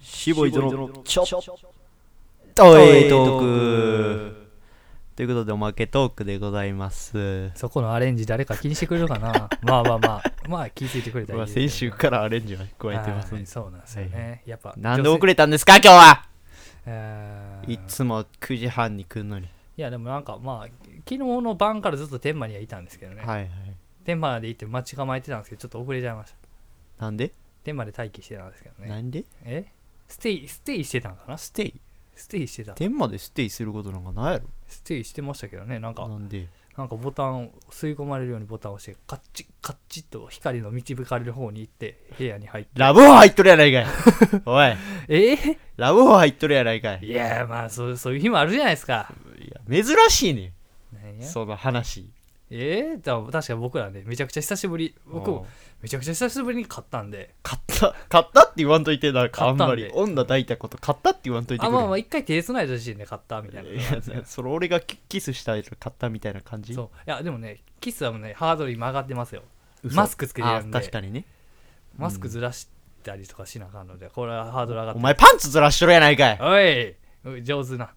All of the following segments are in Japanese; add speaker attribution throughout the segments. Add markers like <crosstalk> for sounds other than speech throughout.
Speaker 1: シーボイズのちょっ
Speaker 2: お
Speaker 1: と
Speaker 2: い
Speaker 1: いトー
Speaker 2: ト
Speaker 1: ク
Speaker 2: ーク
Speaker 1: ということでおまけトークでございます
Speaker 2: そこのアレンジ誰か気にしてくれるかな <laughs> まあまあまあまあ気づいてくれた
Speaker 1: 僕は
Speaker 2: らい
Speaker 1: い
Speaker 2: けど
Speaker 1: 先週からアレンジは加えてます
Speaker 2: は
Speaker 1: ね
Speaker 2: いそうなんですよ
Speaker 1: は
Speaker 2: ねやっぱ
Speaker 1: なんで遅
Speaker 2: れ
Speaker 1: れたんですか今日は
Speaker 2: い
Speaker 1: いつも9時半に来るのに
Speaker 2: やでも <laughs> なんかまあ昨日の晩からずっと天満にはいたんですけどね
Speaker 1: はいはい
Speaker 2: 天満で行って待ち構えてたんですけどちょっと遅れちゃいました
Speaker 1: なんで
Speaker 2: 天満で待機してたんですけど
Speaker 1: な
Speaker 2: ね
Speaker 1: んで
Speaker 2: えステイステイしてたんかな
Speaker 1: ステイ
Speaker 2: ステイしてた
Speaker 1: 天までステイすることなんかないや
Speaker 2: ステイしてましたけどねなんか
Speaker 1: ろなんで
Speaker 2: なんかボタンを吸い込まれるようにボタンを押してカッチッカッチッと光の導かれる方に行って部屋に入って
Speaker 1: <laughs> ラブホ入っとるや <laughs> ないかいおい
Speaker 2: え
Speaker 1: ラブホ入っとるやないかい
Speaker 2: いやまあそうそういう日もあるじゃないですか
Speaker 1: いや珍しいね
Speaker 2: 何
Speaker 1: ん
Speaker 2: や
Speaker 1: その話
Speaker 2: えー、でも確か僕らねめちゃくちゃ久しぶり僕
Speaker 1: うん
Speaker 2: もめちゃくちゃ久しぶりに買ったんで
Speaker 1: 買った買ったって言わんといてなんかあ
Speaker 2: 買
Speaker 1: ん
Speaker 2: ったんで
Speaker 1: まり女抱いたこと買ったって言わんといてく
Speaker 2: あ
Speaker 1: れ
Speaker 2: まあまあ一回手つないだ時点で買ったみたいな、
Speaker 1: いやそれ俺がキキスしたやつ買ったみたいな感じ
Speaker 2: そういやでもねキスはもうねハードルに曲がってますよ
Speaker 1: 嘘
Speaker 2: マスクつけて
Speaker 1: あ
Speaker 2: るんで
Speaker 1: 確かにね
Speaker 2: マスクずらしたりとかしなあかんのでこれはハードル上がっ
Speaker 1: お
Speaker 2: て
Speaker 1: 前パンツずらしとるやないかい
Speaker 2: おいおい上
Speaker 1: <laughs>
Speaker 2: 手な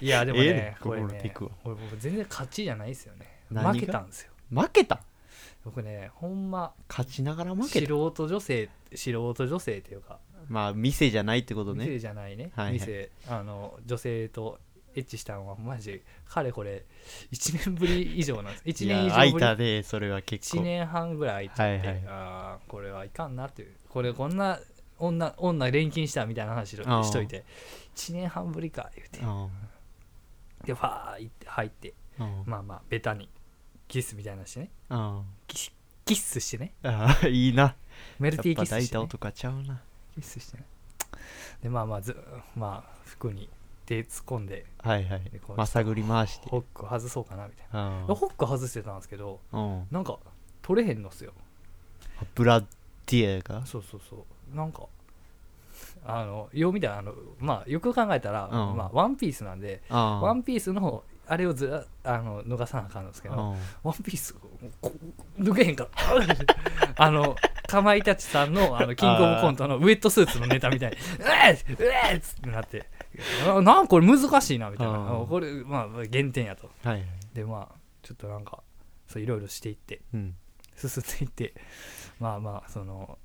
Speaker 2: いやでもね,、
Speaker 1: ええねん
Speaker 2: これ
Speaker 1: 心のピ
Speaker 2: ね
Speaker 1: クは
Speaker 2: 俺僕全然勝ちじゃないですよね
Speaker 1: 何が
Speaker 2: 負けたんですよ
Speaker 1: 負けた
Speaker 2: 僕ねほんま
Speaker 1: 勝ちながら負
Speaker 2: 素
Speaker 1: けた
Speaker 2: 人女性素人女性というか、
Speaker 1: まあ店じゃないってことね
Speaker 2: 店じゃないね、
Speaker 1: はいはい
Speaker 2: 店あの女性とエッチしたのはマジかれこれ1年ぶり以上なんです
Speaker 1: い
Speaker 2: 1年
Speaker 1: や
Speaker 2: 以
Speaker 1: 空い
Speaker 2: 上ぶ
Speaker 1: た
Speaker 2: り
Speaker 1: でそれは結
Speaker 2: 1
Speaker 1: 構
Speaker 2: 年半ぐらい空いちゃって、
Speaker 1: はいはい
Speaker 2: あーこれはいかんなっていうこれこんな女女錬金したみたいな話しと
Speaker 1: あー
Speaker 2: しといて1年半ぶりか言うて
Speaker 1: うん
Speaker 2: でファーって入って
Speaker 1: うん
Speaker 2: まあまあベタにキスみたいなのしてね
Speaker 1: うん
Speaker 2: キスキッスしてね
Speaker 1: ああいいな
Speaker 2: メル
Speaker 1: や
Speaker 2: ティ
Speaker 1: っ
Speaker 2: ーキ
Speaker 1: ぱ抱
Speaker 2: ッス
Speaker 1: い
Speaker 2: して、
Speaker 1: た
Speaker 2: ね、
Speaker 1: 男はちゃうな
Speaker 2: キスしてねでまあまあずまあ服に手突っ込んで
Speaker 1: はいはい
Speaker 2: でこう
Speaker 1: まさぐり回して
Speaker 2: ホック外そうかなみたい
Speaker 1: うん
Speaker 2: なホック外してたんですけど
Speaker 1: うん
Speaker 2: なんか取れへんのっすよ
Speaker 1: ブラッディアが
Speaker 2: そうそうそうなんかあのよう見たらあのまあよく考えたら、
Speaker 1: うん
Speaker 2: まあ、ワンピースなんで、ワ
Speaker 1: ワ
Speaker 2: ンピースのあれをずらあの脱がさなあかんのですけど、ワンピースここ脱げへんから <laughs> あのかまいたちさんのあのキングオブコントのウェットスーツのネタみたいに <laughs> 「うえっうえっ!」ってなって「あなんかこれ難しいな」みたいな
Speaker 1: あー
Speaker 2: これまあ減点やと
Speaker 1: はいはい
Speaker 2: でまあちょっとなんかそういろいろしていって
Speaker 1: うん
Speaker 2: 進んでいってまあまあその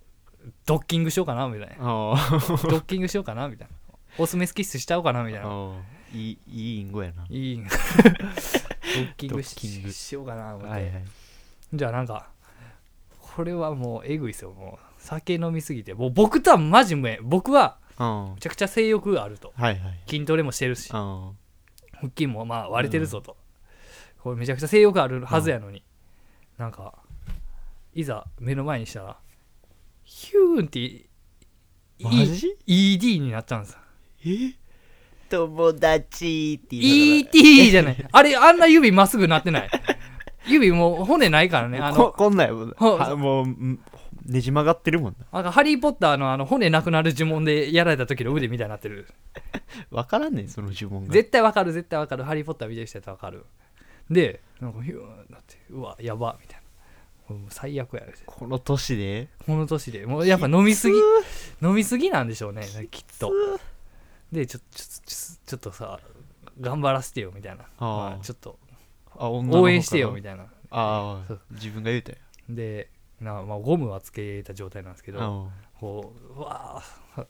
Speaker 2: ドッキングしようかなみ
Speaker 1: <laughs>
Speaker 2: たいな
Speaker 1: ああ
Speaker 2: ドッキングしようかなみたいなオスメスキッスしちゃおうかなみたいな
Speaker 1: ああいいいい隠語やない <laughs>
Speaker 2: いドッキングし
Speaker 1: ドッキング
Speaker 2: しようかな思って、
Speaker 1: はいはい
Speaker 2: じゃあなんかこれはもうえぐいっすよもう酒飲みすぎてもう僕とはマジ無縁僕は
Speaker 1: うんは
Speaker 2: めちゃくちゃ性欲があると
Speaker 1: いはい
Speaker 2: 筋トレもしてる
Speaker 1: う
Speaker 2: し腹
Speaker 1: ん
Speaker 2: 筋もまあ割れてるぞと、これめちゃくちゃ性欲あるはずやのに、なんかいざ目の前にしたらヒューンってい
Speaker 1: マジ
Speaker 2: ED になったんですよ
Speaker 1: え友達って言いなが
Speaker 2: ET じ
Speaker 1: <laughs>
Speaker 2: ゃないあれあんな指まっすぐなってない指もう骨ないからね
Speaker 1: ら
Speaker 2: あ
Speaker 1: こ
Speaker 2: の
Speaker 1: こんなんやもん
Speaker 2: ほう
Speaker 1: はもうんねじ曲がってるもんな
Speaker 2: なんかハリー・ポッターのあの骨なくなる呪文でやられた時の腕みたいになってる
Speaker 1: わからんねんその呪文が
Speaker 2: 絶対わかる絶対わかるハリー・ポッター見てる人やったらわかるでなんかヒューンなってうわやばみたいなもう最悪やで
Speaker 1: この年で
Speaker 2: この年でもうやっぱ飲みすぎ飲みすぎなんでしょうねきっとでちょちょちょちょっとさ頑張らせてよみたいな
Speaker 1: あー
Speaker 2: まちょっと
Speaker 1: あ女の子かな
Speaker 2: 応援してよみたいな
Speaker 1: あ
Speaker 2: そ
Speaker 1: あ
Speaker 2: う
Speaker 1: 自分が言うたよ
Speaker 2: でなまあ、ゴムはつけた状態なんですけど、
Speaker 1: うん
Speaker 2: こううわあ <laughs>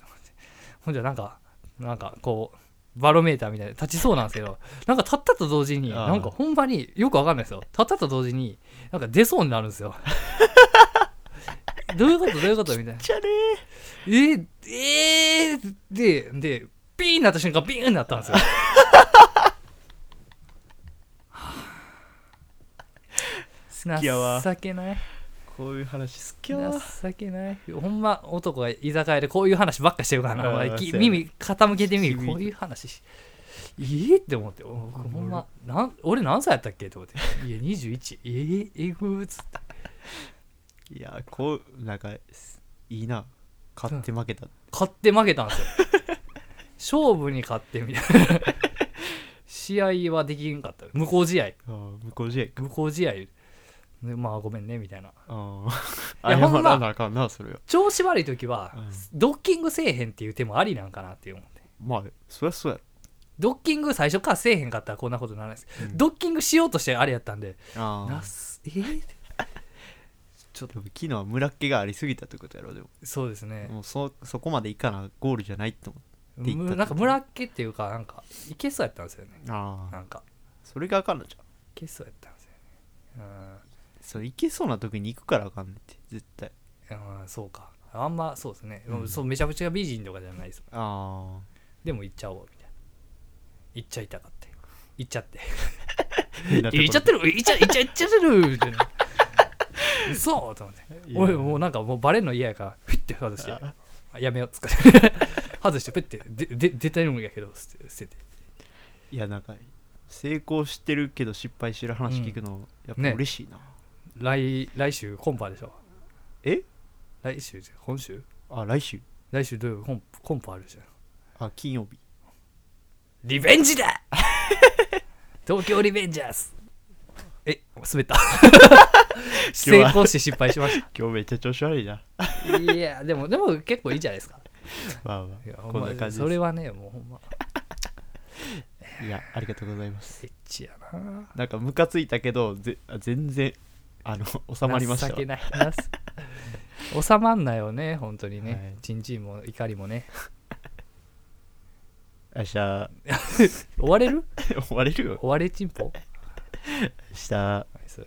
Speaker 2: ほんじゃなんかなんかこうバロメーターみたいな立ちそうなんです
Speaker 1: <laughs>
Speaker 2: けどなんか立ったと同時に
Speaker 1: ああ
Speaker 2: なんかほんまによくわかんないですよ立ったと同時になんか出そうになる
Speaker 1: <laughs>
Speaker 2: んですよどういうことどういうことみたいな
Speaker 1: じゃね
Speaker 2: えー、えー、ででピーンなった瞬間ピーンになったんですよ
Speaker 1: 好きやわ
Speaker 2: 情けない
Speaker 1: こういう話好き
Speaker 2: 情けないほんま男が居酒屋でこういう話ばっかしてるからな
Speaker 1: あー
Speaker 2: お前き
Speaker 1: そうやね
Speaker 2: 耳傾けてみる
Speaker 1: 響いて
Speaker 2: こういう話しええって思ってお僕ほんまなん俺何歳やったっけって思っていや21えええぐーっつって
Speaker 1: いやこうなんかいいな勝って負けた
Speaker 2: 勝って負けた
Speaker 1: <laughs>
Speaker 2: んですよ勝負に勝ってみたいな試合はできんかった無効試合
Speaker 1: ああ向こう試合か
Speaker 2: 無効試合でまあごめんねみたいな
Speaker 1: うん
Speaker 2: いやほ
Speaker 1: 謝
Speaker 2: んま
Speaker 1: らなあかんなそれは
Speaker 2: 調子悪い時は、
Speaker 1: うん
Speaker 2: ドッキングせえへんっていう手もありなんかなって思って
Speaker 1: まあそりゃそうや
Speaker 2: ドッキング最初からせえへんかったらこんなことならないです、
Speaker 1: ろうん
Speaker 2: ドッキングしようとしてあれやったんで
Speaker 1: あ
Speaker 2: な
Speaker 1: あ
Speaker 2: すえー
Speaker 1: でも昨日は村っ気がありすぎたってことやろでも
Speaker 2: そうですね、
Speaker 1: もうそそこまでいかなゴールじゃないって思うって言った
Speaker 2: むなんか村っ気っていうかなんかいけそうやったんですよね
Speaker 1: ああ
Speaker 2: なんか
Speaker 1: それがあかんのじゃん
Speaker 2: いけそうやったんですよね
Speaker 1: そういけそうな時に行くからあかんねんって絶対
Speaker 2: うん、うん、そうかあんまそうですね、
Speaker 1: うん
Speaker 2: そうめちゃくちゃ美人とかじゃないです
Speaker 1: ああ
Speaker 2: でも行っちゃおうみたいな行っちゃいたかって行っちゃって
Speaker 1: 変なところ
Speaker 2: 行っちゃってる行っちゃ行っちゃ行っちゃってるみたいな
Speaker 1: <laughs>
Speaker 2: そうと思って
Speaker 1: いや
Speaker 2: 俺もうなんかもうバレるの嫌やからフィッて外して
Speaker 1: あ
Speaker 2: あやめようっつって <laughs> 外してフィッてでで出たいのやけど捨て捨てて
Speaker 1: いやなんか成功してるけど失敗してる話聞くの、やっぱ
Speaker 2: ね
Speaker 1: 嬉しいな、
Speaker 2: 来来週コンパでしょ
Speaker 1: え
Speaker 2: 来週じゃ今週
Speaker 1: あ来週
Speaker 2: 来週土曜日コンコンパあるじゃん
Speaker 1: あ金曜日
Speaker 2: リベンジだ <laughs> 東京リベンジャーズえ滑った <laughs> 成功して失敗しまし
Speaker 1: 今日めっちゃ調子悪いな
Speaker 2: た <laughs> いやでもでも結構いいじゃないですか
Speaker 1: まあま
Speaker 2: <laughs> いや
Speaker 1: あ
Speaker 2: ほ
Speaker 1: こ
Speaker 2: ん
Speaker 1: ん
Speaker 2: ま
Speaker 1: な感じ
Speaker 2: そ
Speaker 1: で
Speaker 2: れ
Speaker 1: す
Speaker 2: はねもうほんま
Speaker 1: いやありがとうございます
Speaker 2: エッチやな
Speaker 1: なんかムカついたけどぜあ全然あの収まりましたわ
Speaker 2: 情けないなす <laughs> 収まんなよね本当に
Speaker 1: はい
Speaker 2: ねちんちんも怒りもね
Speaker 1: 明
Speaker 2: <laughs>
Speaker 1: 日
Speaker 2: 追われる
Speaker 1: 終われるよ
Speaker 2: 追われちんぽ
Speaker 1: 明日
Speaker 2: ナイス